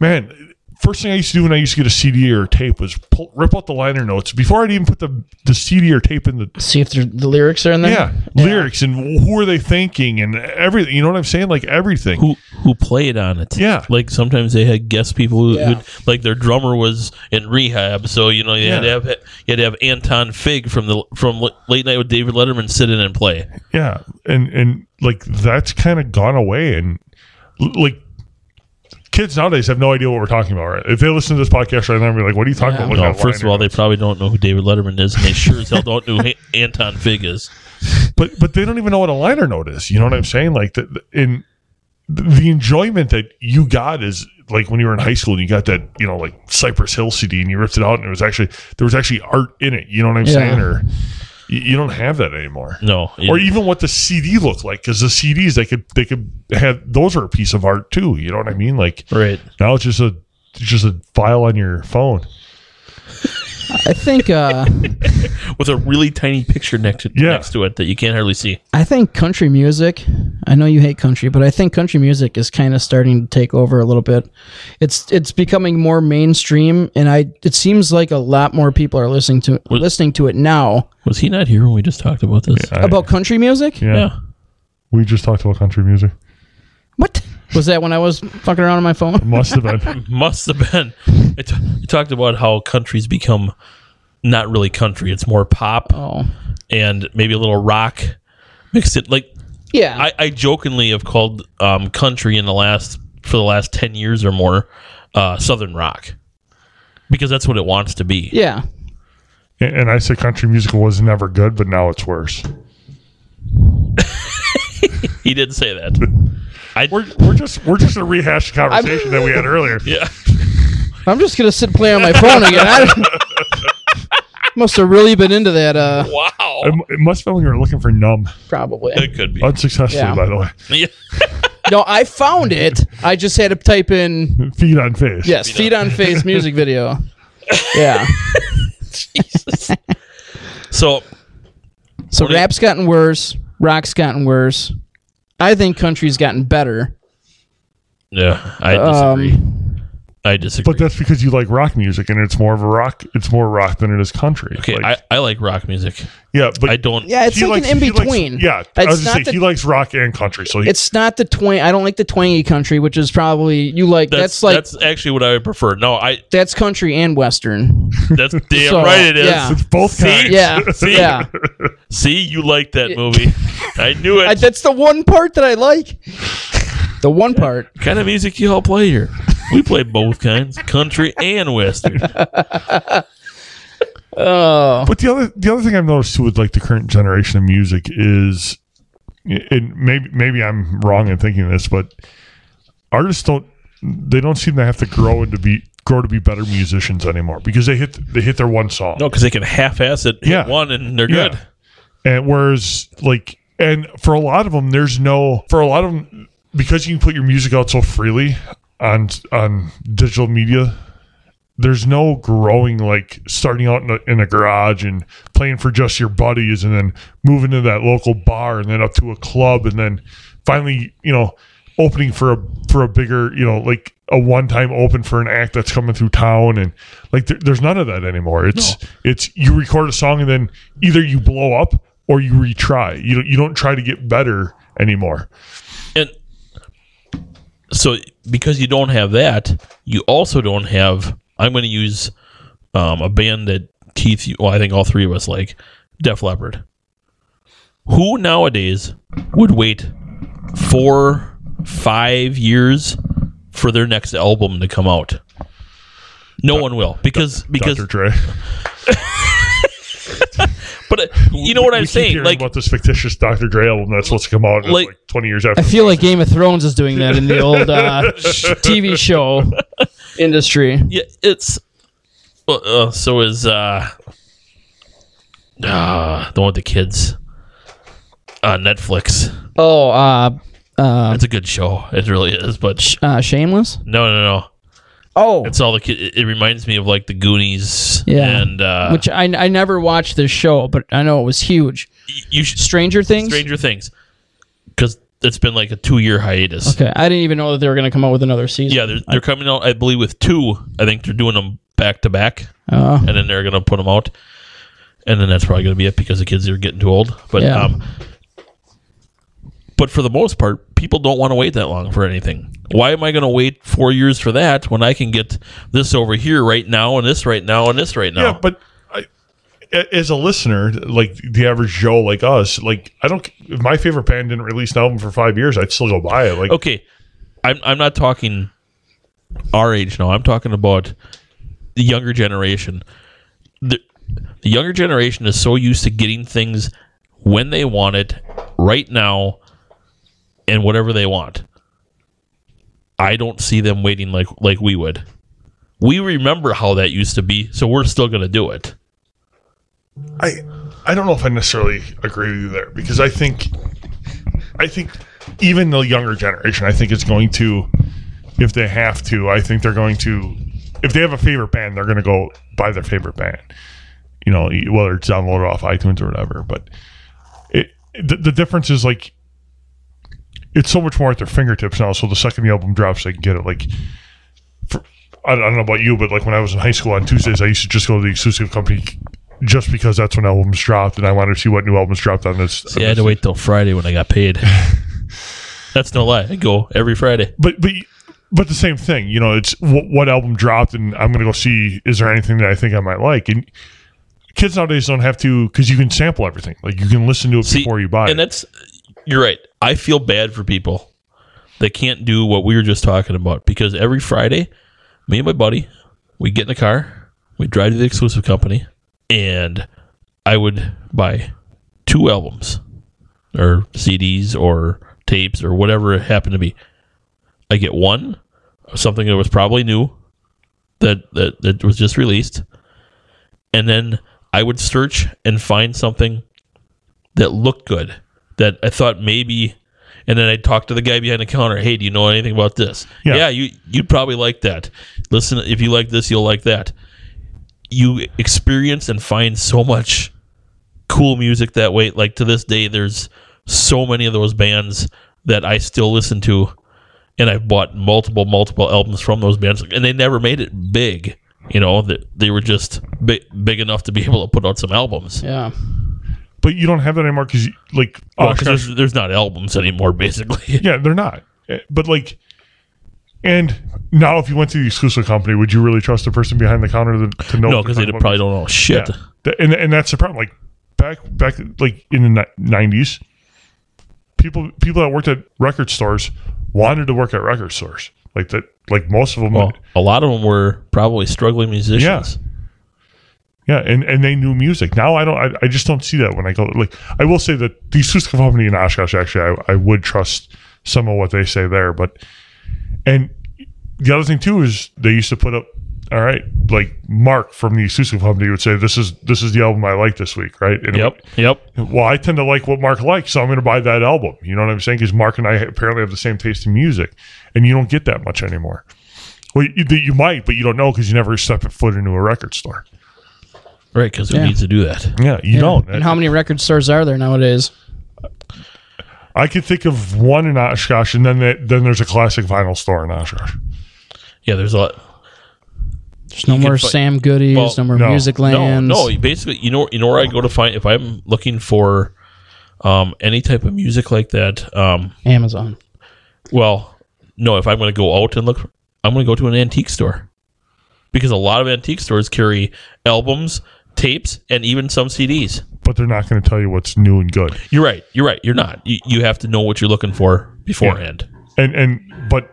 man. First thing I used to do when I used to get a CD or a tape was pull, rip out the liner notes before I'd even put the, the CD or tape in the see if there- the lyrics are in there. yeah, lyrics and who are they thinking and everything. You know what I'm saying? Like everything. Who who played on it? Yeah. like sometimes they had guest people who, Yeah. who'd- like their drummer was in rehab, so you know you had to Yeah. have you had to have Anton Fig from the from L- Late Night with David Letterman sit in and play. Yeah, and and like that's kind of gone away, and l- like kids nowadays have no idea what we're talking about. Right? If they listen to this podcast right now, they're like, "What are you talking Yeah. about?" Look No, at the first of liner all, they probably don't know who David Letterman is, and they sure as hell don't know who Ha- Anton Fig is. but but they don't even know what a liner note is. You know what I'm saying? Like the, the- in the enjoyment that you got is like when you were in high school and you got that you know like Cypress Hill CD and you ripped it out and it was actually there was actually art in it. You know what I'm Yeah. saying? Or you, you don't have that anymore. No, Or even what the CD looked like, because the CDs they could they could have those are a piece of art too. You know what I mean? Like right. now it's just a it's just a file on your phone. I think uh, with a really tiny picture next to, Yeah. next to it that you can't hardly see. I think country music. I know you hate country, but I think country music is kind of starting to take over a little bit. It's it's becoming more mainstream, and I it seems like a lot more people are listening to listening to it now Was he not here when we just talked about this? I- about country music. yeah. We just talked about country music. What was that when I was fucking around on my phone? Must have been. must have been. I t- I talked about how countries become not really country; it's more pop Oh, and maybe a little rock mixed it. Like yeah. I, I jokingly have called um, country in the last for the last ten years or more uh, southern rock because that's what it wants to be. yeah. And and I said country music was never good, but now it's worse. He did say that. I We're, we're just we're just a rehashed conversation that we had earlier. yeah. I'm just gonna sit and play on my phone again. I must have really been into that. Uh, Wow. It, mu- it must have been when you were looking for numb probably. it could be. unsuccessfully, Yeah. by the way. Yeah. No, I found it. I just had to type in Feet on face. Yes, feet on face music video. Yeah. So So What do you- rap's gotten worse. Rock's gotten worse. I think country's gotten better. yeah, I disagree. Um, I disagree. But that's because you like rock music, and it's more of a rock. It's more rock than it is country. Okay, Like, I, I like rock music. yeah, but I don't. yeah, it's he like likes- an he in likes- between. yeah, it's I not was just saying the, he likes rock and country. So he, it's not the twang. I don't like the twangy country, which is probably you like. That's, That's, like that's, that's actually what I would prefer. No, I. country and western. That's damn So, right. It is. yeah. it's both kinds. Yeah, See? yeah. See, you like that movie. I knew I, it. that's the one part that I like. The one part. What kind of music you all play here? We play both kinds, country and western. Oh, But the other the other thing I've noticed too with like the current generation of music is, and maybe maybe I'm wrong in thinking this, but artists don't they don't seem to have to grow into be grow to be better musicians anymore because they hit they hit their one song. No, because they can half-ass it, hit Yeah. one, and they're Yeah. good. And whereas, like, and for a lot of them, there's no for a lot of them because you can put your music out so freely on on digital media. There's no growing like starting out in a, in a garage and playing for just your buddies, and then moving to that local bar, and then up to a club, and then finally, you know, opening for a for a bigger, you know, like a one time open for an act that's coming through town, and like there, there's none of that anymore. It's it's you record a song and then either you blow up or you retry. You don't you don't try to get better anymore. And so, because you don't have that, you also don't have. I'm going to use um, a band that Keith, you- well, I think all three of us like, Def Leppard. Who nowadays would wait four, five years for their next album to come out? No one will because because Dr. Dre. but uh, you know what I'm we keep saying hearing like about this fictitious Dr. Dre album that's supposed to come out in, like, Like- 20 years after. I feel like Game of Thrones is doing that in the old uh, sh- TV show industry. yeah, it's uh, uh, so is uh, uh the one with the kids on Netflix. Oh, uh, uh, It's a good show. It really is, but sh- uh, Shameless. no, no, no. Oh, It's all the kid. It, it reminds me of like the Goonies. Yeah. and uh, which I, I never watched this show, but I know it was huge. y- you should Stranger Things. Stranger Things because it's been like a two-year hiatus. Okay, I didn't even know that they were going to come out with another season. Yeah, they're they're coming out. I believe with two. I think they're doing them back to back, Uh, and then they're gonna put them out, and then that's probably gonna be it because the kids are getting too old. But Yeah. um, but for the most part, people don't want to wait that long for anything. Why am I gonna wait four years for that when I can get this over here right now and this right now and this right now? Yeah, but I, a- as a listener, like the average Joe like us, like I don't if my favorite band didn't release an album for 5 years, I'd still go buy it. Like okay, I'm I'm not talking our age now. I'm talking about the younger generation. The, the younger generation is so used to getting things when they want it, right now, and whatever they want. I don't see them waiting like like we would. We remember how that used to be, so we're still going to do it. I I don't know if I necessarily agree with you there because I think I think even the younger generation I think is going to if they have to I think they're going to if they have a favorite band they're going to go buy their favorite band you know e, whether it's downloaded off iTunes or whatever but it the, the difference is like it's so much more at their fingertips now so the second the album drops they can get it like for, I don't I don't know about you but like when I was in high school on Tuesdays I used to just go to the exclusive company just because that's when albums dropped and I wanted to see what new albums dropped on this Yeah, I had to wait till Friday when I got paid. That's no lie. I go every Friday. but but but the same thing you know it's wh- what album dropped and i'm gonna go see is there anything that i think i might like and kids nowadays don't have to because you can sample everything like you can listen to it See, before you buy And it that's you're right. I feel bad for people that can't do what we were just talking about because every Friday, me and my buddy, we get in the car, we drive to the exclusive company, and I would buy two albums or CDs or tapes or whatever it happened to be. I get one, something that was probably new that that, that was just released. And then I would search and find something that looked good that I thought maybe and then I'd talk to the guy behind the counter, hey, do you know anything about this? Yeah. Yeah, you you'd probably like that. Listen, if you like this, you'll like that. You experience and find so much cool music that way. Like to this day, there's so many of those bands that I still listen to and I've bought multiple, multiple albums from those bands, and they never made it big. You know, that they were just big, big enough to be able to put out some albums. yeah. but you don't have that anymore because like Well, oh, 'cause there's, there's not albums anymore, basically. yeah they're not Eh, but like and now if you went to the exclusive company would you really trust the person behind the counter to, to know no, if they're because they talking about probably don't know shit. Yeah. Th- And and that's the problem. Like back back like in the nineties, people people that worked at record stores wanted to work at record stores. Like that. Like most of them. Well, a lot of them were probably struggling musicians. yeah, and, and they knew music. Now I don't. I, I just don't see that when I go. Like I will say that the Suska company in Oshkosh actually, I, I would trust some of what they say there, but and the other thing too is they used to put up all right like mark from the Isuzu company would say this is this is the album i like this week right and it Yep. Yep. would- well i tend to like what mark likes so i'm going to buy that album you know what i'm saying because mark and i apparently have the same taste in music and you don't get that much anymore well you, you might but you don't know because you never step foot into a record store Right, because who Yeah. needs to do that? yeah you don't And how many record stores are there nowadays? i could think of one in oshkosh and then that, then there's a classic vinyl store in oshkosh Yeah, there's a lot. There's no can more fi- Sam Goody's, Well, no more no, Music No, Lands. no. you Basically, you know, you know where I go to find if I'm looking for um, any type of music like that. Um, Amazon. well, no, if I'm going to go out and look, I'm going to go to an antique store because a lot of antique stores carry albums, tapes, and even some CDs. but they're not going to tell you what's new and good You're right. You're right. You're not. You, you have to know what you're looking for beforehand. and and but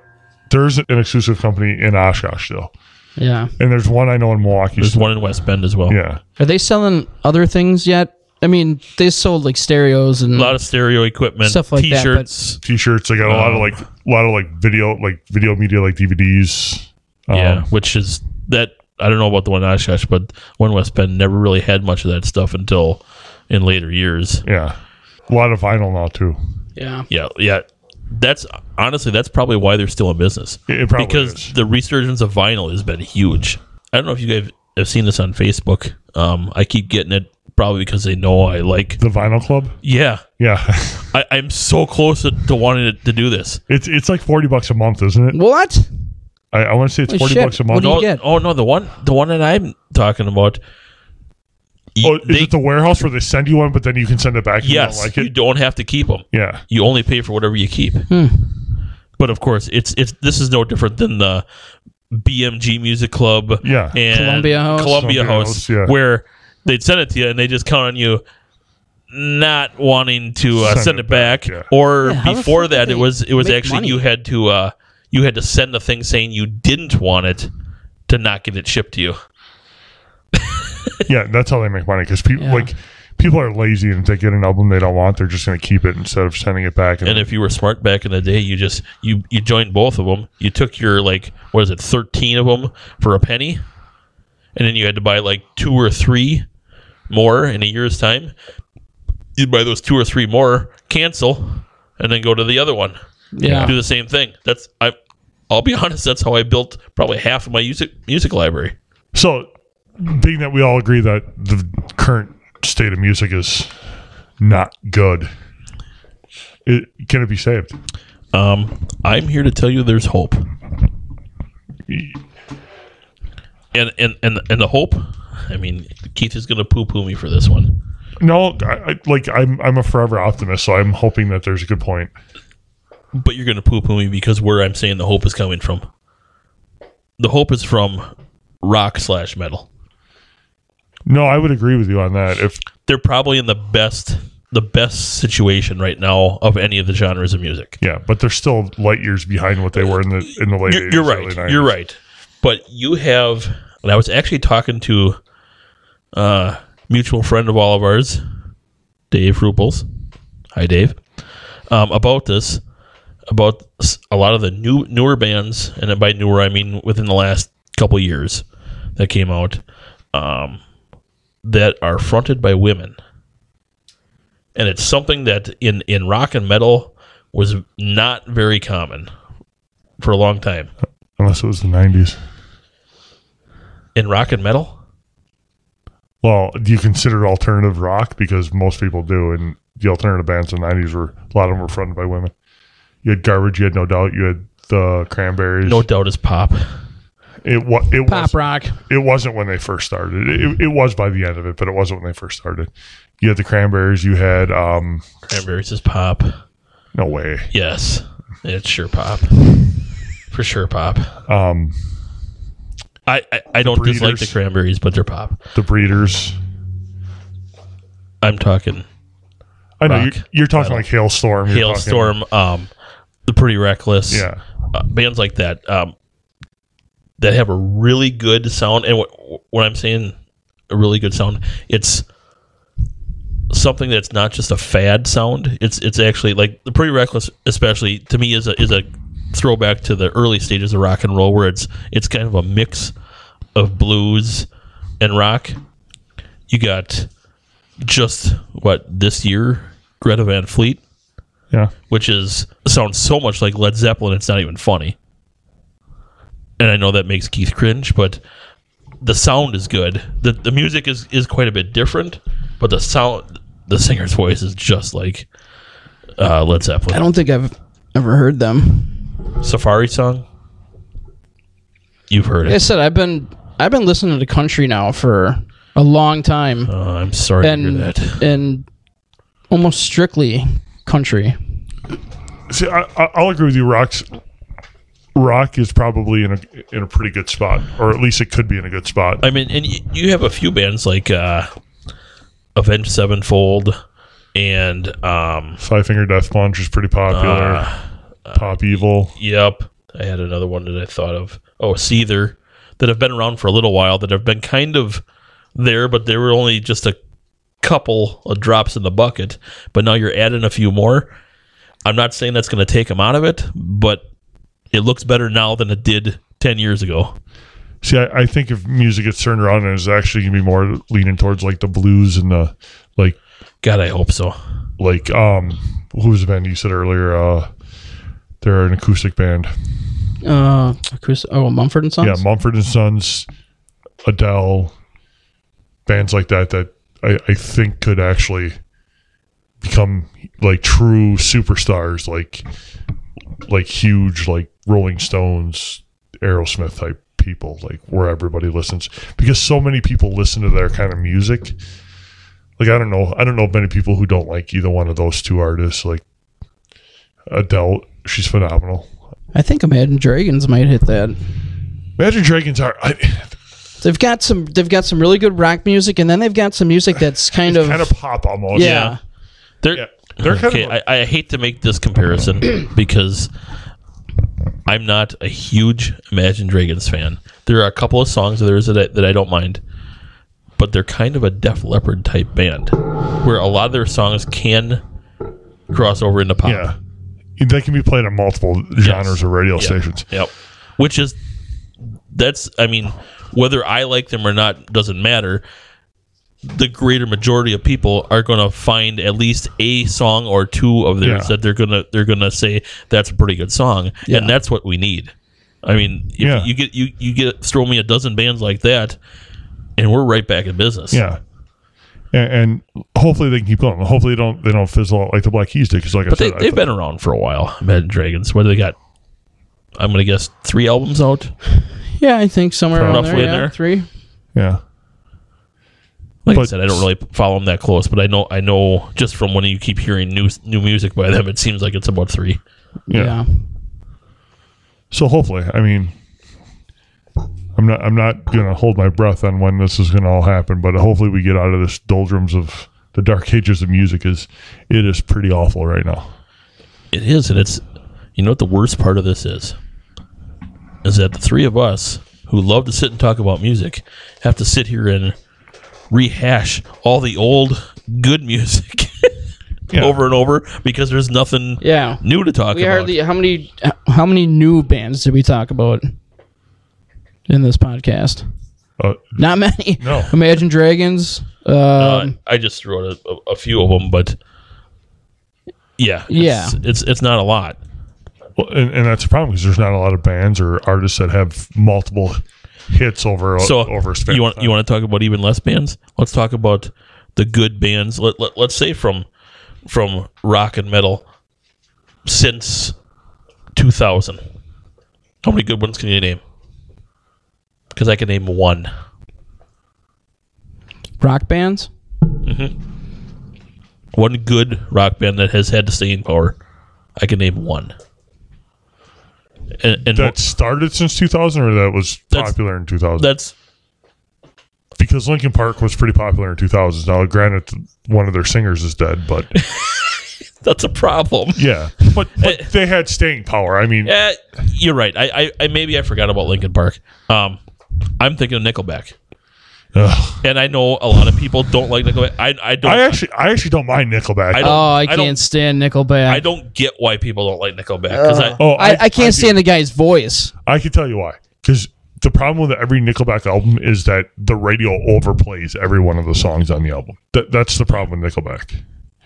there's an exclusive company in Oshkosh still, Yeah. and there's one I know in Milwaukee. There's still. one in West Bend as well. Yeah, Are they selling other things yet? I mean, they sold like stereos and A lot of stereo equipment, Stuff like that, but- T-shirts. t-shirts. They got a lot of like a lot of like video like video media like DVDs. Um, yeah, which is that I don't know about the one in Oshkosh, but one in West Bend never really had much of that stuff until in later years. yeah, a lot of vinyl now too. yeah. Yeah, yeah. That's honestly that's probably why they're still in business It, it probably because is. the resurgence of vinyl has been huge. I don't know if you guys have seen this on Facebook. Um, I keep getting it probably because they know I like. the vinyl club. Yeah, Yeah, I, I'm so close to, to wanting to, to do this. it's it's like forty bucks a month, isn't it? What? I, I want to say it's Holy forty shit. bucks a What month. do you Oh, get? oh no, the one the one that I'm talking about. you- oh, is it the warehouse where they send you one, but then you can send it back? If yes, you don't like you it. don't have to keep them. Yeah, you only pay for whatever you keep. Hmm. But of course, it's it's this is no different than the BMG Music Club, Yeah. and Columbia House. Columbia Columbia House, House, yeah. where they'd send it to you and they just count on you not wanting to uh, send, it, back, yeah. or Yeah, how the before fuck did that they it was it was make actually money? you had to uh, you had to send a thing saying you didn't want it to not get it shipped to you. yeah, that's how they make money because people Yeah. like people are lazy and if they get an album they don't want, they're just going to keep it instead of sending it back. And if you were smart back in the day, you just you you joined both of them. You took your like what is it, thirteen of them for a penny, and then you had to buy like two or three more in a year's time. You'd buy those two or three more, cancel, and then go to the other one. Yeah. Do the same thing. That's I. I'll be honest. That's how I built probably half of my music music library. So, being that we all agree that the current state of music is not good, it, can it be saved? Um, I'm here to tell you there's hope. And and and and the hope. I mean, Keith is going to poo poo me for this one. No, I, I, like I'm, I'm a forever optimist, so I'm hoping that there's a good point. but you're going to poo poo me because where I'm saying the hope is coming from. The hope is from rock slash metal. No, I would agree with you on that. If They're probably in the best the best situation right now of any of the genres of music. yeah, but they're still light years behind what they were in the in the late. You're, you're 80s, early right. You're 90s. right. But you have. And I was actually talking to a mutual friend of all of ours, Dave Rupels. Hi, Dave. Um, about this, about s- a lot of the new newer bands, and by newer I mean within the last couple years that came out, um, that are fronted by women, and it's something that in in rock and metal was not very common for a long time. Unless it was the '90s. in rock and metal Well, do you consider alternative rock? Because most people do, and the alternative bands in the '90s were a lot of them were fronted by women. You had garbage. You had no doubt. You had the Cranberries. no doubt is pop It was it Pop was rock. it wasn't when they first started. It, it, it was by the end of it, but it wasn't when they first started. You had the Cranberries. You had um cranberries is pop no way. yes it's sure pop for sure pop Um i i, I don't dislike the Breeders. cranberries but they're pop the Breeders. i'm talking I know Rock. you're, you're talking like Hailstorm. you're talking- hailstorm um the pretty reckless Yeah. uh, bands like that um that have a really good sound and what what i'm saying a really good sound it's something that's not just a fad sound it's it's actually like the pretty reckless especially to me is a is a throwback to the early stages of rock and roll, where it's it's kind of a mix of blues and rock. You got just what this year, Greta Van Fleet, Yeah. which is sounds so much like Led Zeppelin, it's not even funny. And I know that makes Keith cringe, but the sound is good. the The music is is quite a bit different, but the sound, the singer's voice is just like uh, Led I Zeppelin. don't think I've ever heard them. Safari song. You've heard Like I it. said I've been I've been listening to country now for a long time, Uh, I'm sorry to and hear that. and almost strictly country. See, I, I- I'll agree with you. Rock's rock is probably in a in a pretty good spot, or at least it could be in a good spot. I mean, and you, you have a few bands like uh, Avenged Sevenfold and um, Five Finger Death Punch is pretty popular. Ah. Pop Evil. Yep. I had another one that I thought of. Oh, Seether, that have been around for a little while, that have been kind of there, but they were only just a couple of drops in the bucket. But now you're adding a few more. I'm not saying that's going to take them out of it, but it looks better now than it did 10 years ago. See, I, I think if music gets turned around and is actually gonna be more leaning towards like the blues and the like God, I hope so. like um who was the band you said earlier? Uh they're an acoustic band. Uh, acoustic, oh, Mumford and Sons. Yeah, Mumford and Sons, Adele, bands like that that I, I think could actually become like true superstars, like like huge like Rolling Stones, Aerosmith type people, like where everybody listens because so many people listen to their kind of music. Like I don't know, I don't know many people who don't like either one of those two artists. Like Adele, she's phenomenal. I think Imagine Dragons might hit that. Imagine Dragons are. I, They've got some. They've got some really good rock music, and then they've got some music that's kind of kind of pop almost. yeah. yeah. They're, Yeah. They're kind okay, of I, I hate to make this comparison because I'm not a huge Imagine Dragons fan. There are a couple of songs of theirs that I, that I don't mind, but they're kind of a Def Leppard type band where a lot of their songs can cross over into pop. yeah. They can be played on multiple genres of radio stations. Yep. Which is that's I mean, whether I like them or not doesn't matter. The greater majority of people are going to find at least a song or two of theirs Yeah. that they're gonna they're gonna say that's a pretty good song, Yeah. and that's what we need. I mean, if Yeah. you get you you get throw me a dozen bands like that, and we're right back in business. Yeah. A- And, hopefully they can keep going. Hopefully they don't they don't fizzle out like the Black Keys did. Because like but I they, said, I they've thought- been around for a while. Imagine Dragons. What do they got? I'm gonna guess three albums out. Yeah, I think somewhere around Roughly there, in yeah, there. Three. yeah. like I But- said, I don't really follow them that close, but I know I know just from when you keep hearing new new music by them, it seems like it's about three. Yeah. yeah, So hopefully, I mean, I'm not I'm not gonna hold my breath on when this is gonna all happen, but hopefully we get out of this doldrums of the dark ages of music. Is it is pretty awful right now. It is, and it's you know what the worst part of this is is that the three of us who love to sit and talk about music have to sit here and rehash all the old good music Yeah. over and over because there's nothing Yeah. new to talk We about. hardly. How many? How many new bands did we talk about in this podcast? Uh, Not many. No. Imagine Dragons. Um, Uh, I just wrote a, a, a few of them, but yeah, it's- Yeah. it's it's not a lot. well, and, and that's a problem because there's not a lot of bands or artists that have multiple hits over so over a span you of want time. you want to talk about even less bands let's talk about the good bands let, let, let's say from from rock and metal since 2000 how many good ones can you name because i can name one rock bands. one good rock band that has had staying power i can name one and, and that started since 2000 or that was That's- popular in 2000 that's because linkin park was pretty popular in 2000 now granted one of their singers is dead but that's a problem yeah but, but they had staying power i mean Eh, you're right I, I i maybe i forgot about linkin park um i'm thinking of nickelback Ugh. and I know a lot of people don't like Nickelback. I I don't I actually, I actually don't mind Nickelback. I don't- Oh, I I don't- can't stand Nickelback. I don't get why people don't like Nickelback because I oh, I, I can't do. stand the guy's voice. I can tell you why. Because the problem with every Nickelback album is that the radio overplays every one of the songs on the album. That that's the problem with Nickelback.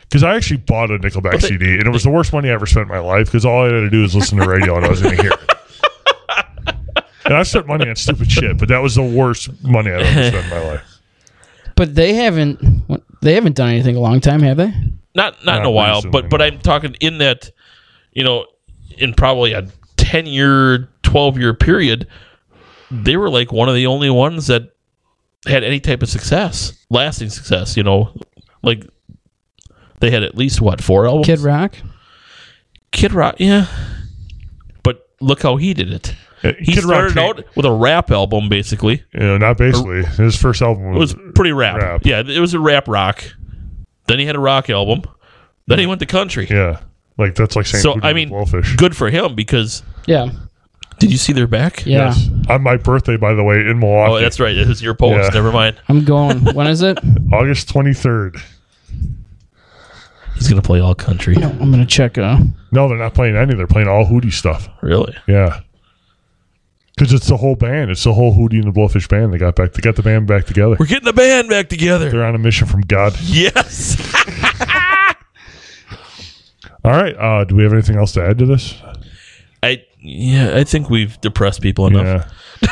Because I actually bought a Nickelback But they- CD, and it was the worst money I ever spent in my life. Because all I had to do was listen to radio, and I was going to hear it. And I spent money on stupid shit, but that was the worst money I've ever spent in my life. But they haven't what- they haven't done anything in a long time, have they? not not in a Not while, recently, but but no. I'm talking in that, you know, in probably a ten year, twelve year period, they were like one of the only ones that had any type of success, lasting success. You know, like they had at least what four albums. Kid Rock. Kid Rock, yeah. But look how he did it. Uh, He Kid Rock started came- out with a rap album, basically. you know, not basically. His first album It was was, pretty rap. Mm. Rap. Yeah, it was a rap rock. Then he had a rock album. Then Mm. he went to country. yeah, like that's like saying So, Hootie I and mean, the Blowfish. Good for him because Yeah. did you see their back? Yeah. on my birthday, by the way, in Milwaukee, Oh, that's right. It was your post. Yeah. Never mind. I'm going. when is it? August twenty third. He's gonna play all country. I'm gonna check uh No, they're not playing any. They're playing all Hootie stuff. Really? Yeah, because it's the whole band. It's the whole Hootie and the Blowfish band. They got back. They got the band back together. We're getting the band back together. They're on a mission from God. Yes. All right. Uh, do we have anything else to add to this? I yeah. I think we've depressed people enough. Yeah.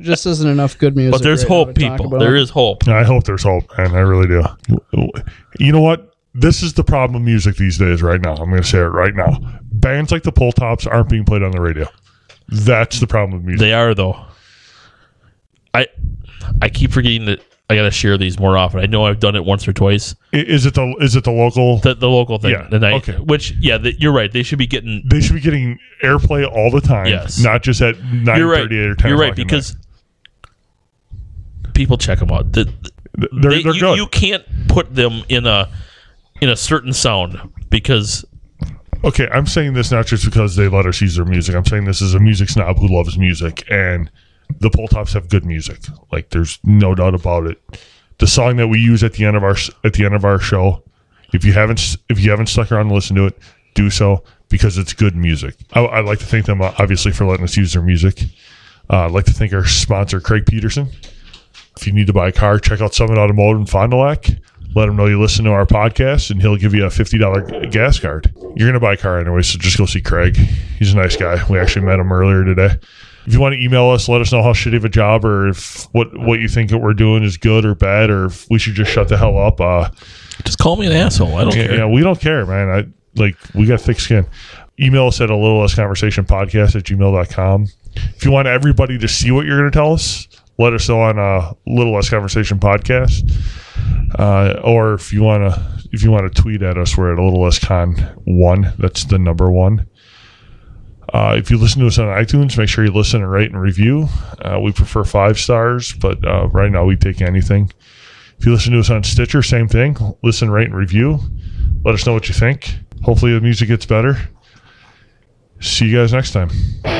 just isn't enough good music. But there's right now hope, to talk people. about. There is hope. I hope there's hope, and I really do. You know what? This is the problem with music these days. Right now, I'm going to say it right now. Bands like the Pole Tops aren't being played on the radio. That's the problem with music. They are though. I I keep forgetting that I gotta share these more often. I know I've done it once or twice. I- Is it the is it the local? The, the local thing. Yeah, The night, okay. Which yeah, the, you're right. They should be getting. they should be getting airplay all the time. Yes. Not just at nine You're right. thirty eight or ten. You're right o'clock at because people check them out. The, the- night. they're they- they're you, good. you can't put them in a in a certain sound because okay, I'm saying this not just because they let us use their music. I'm saying this is a music snob who loves music, and the pole tops have good music. Like there's no doubt about it. The song that we use at the end of our s- at the end of our show, if you haven't s- if you haven't stuck around to listen to it, do so because it's good music. I, I'd like to thank them uh, obviously for letting us use their music. Uh, I'd like to thank our sponsor Craig Peterson. If you need to buy a car, check out Summit Automotive in Fond du Lac. Let him know you listen to our podcast, and he'll give you a fifty dollar gas card. You're gonna buy a car anyway, so just go see Craig. He's a nice guy. We actually met him earlier today. If you want to email us, let us know how shitty of a job or if what what you think that we're doing is good or bad, or if we should just shut the hell up. Uh, just call me an asshole. I don't yeah, care. yeah, we don't care, man. I like we got thick skin. Email us at a little less conversation podcast at gmail.com. If you want everybody to see what you're going to tell us, let us know on a little less conversation podcast. Uh, or if you want to, if you want to tweet at us, we're at a little less con one. That's the number one. Uh, if you listen to us on iTunes, make sure you listen and rate and review. Uh, we prefer five stars, but uh, right now we take anything. If you listen to us on Stitcher, same thing. Listen, rate, and review. Let us know what you think. Hopefully, the music gets better. See you guys next time.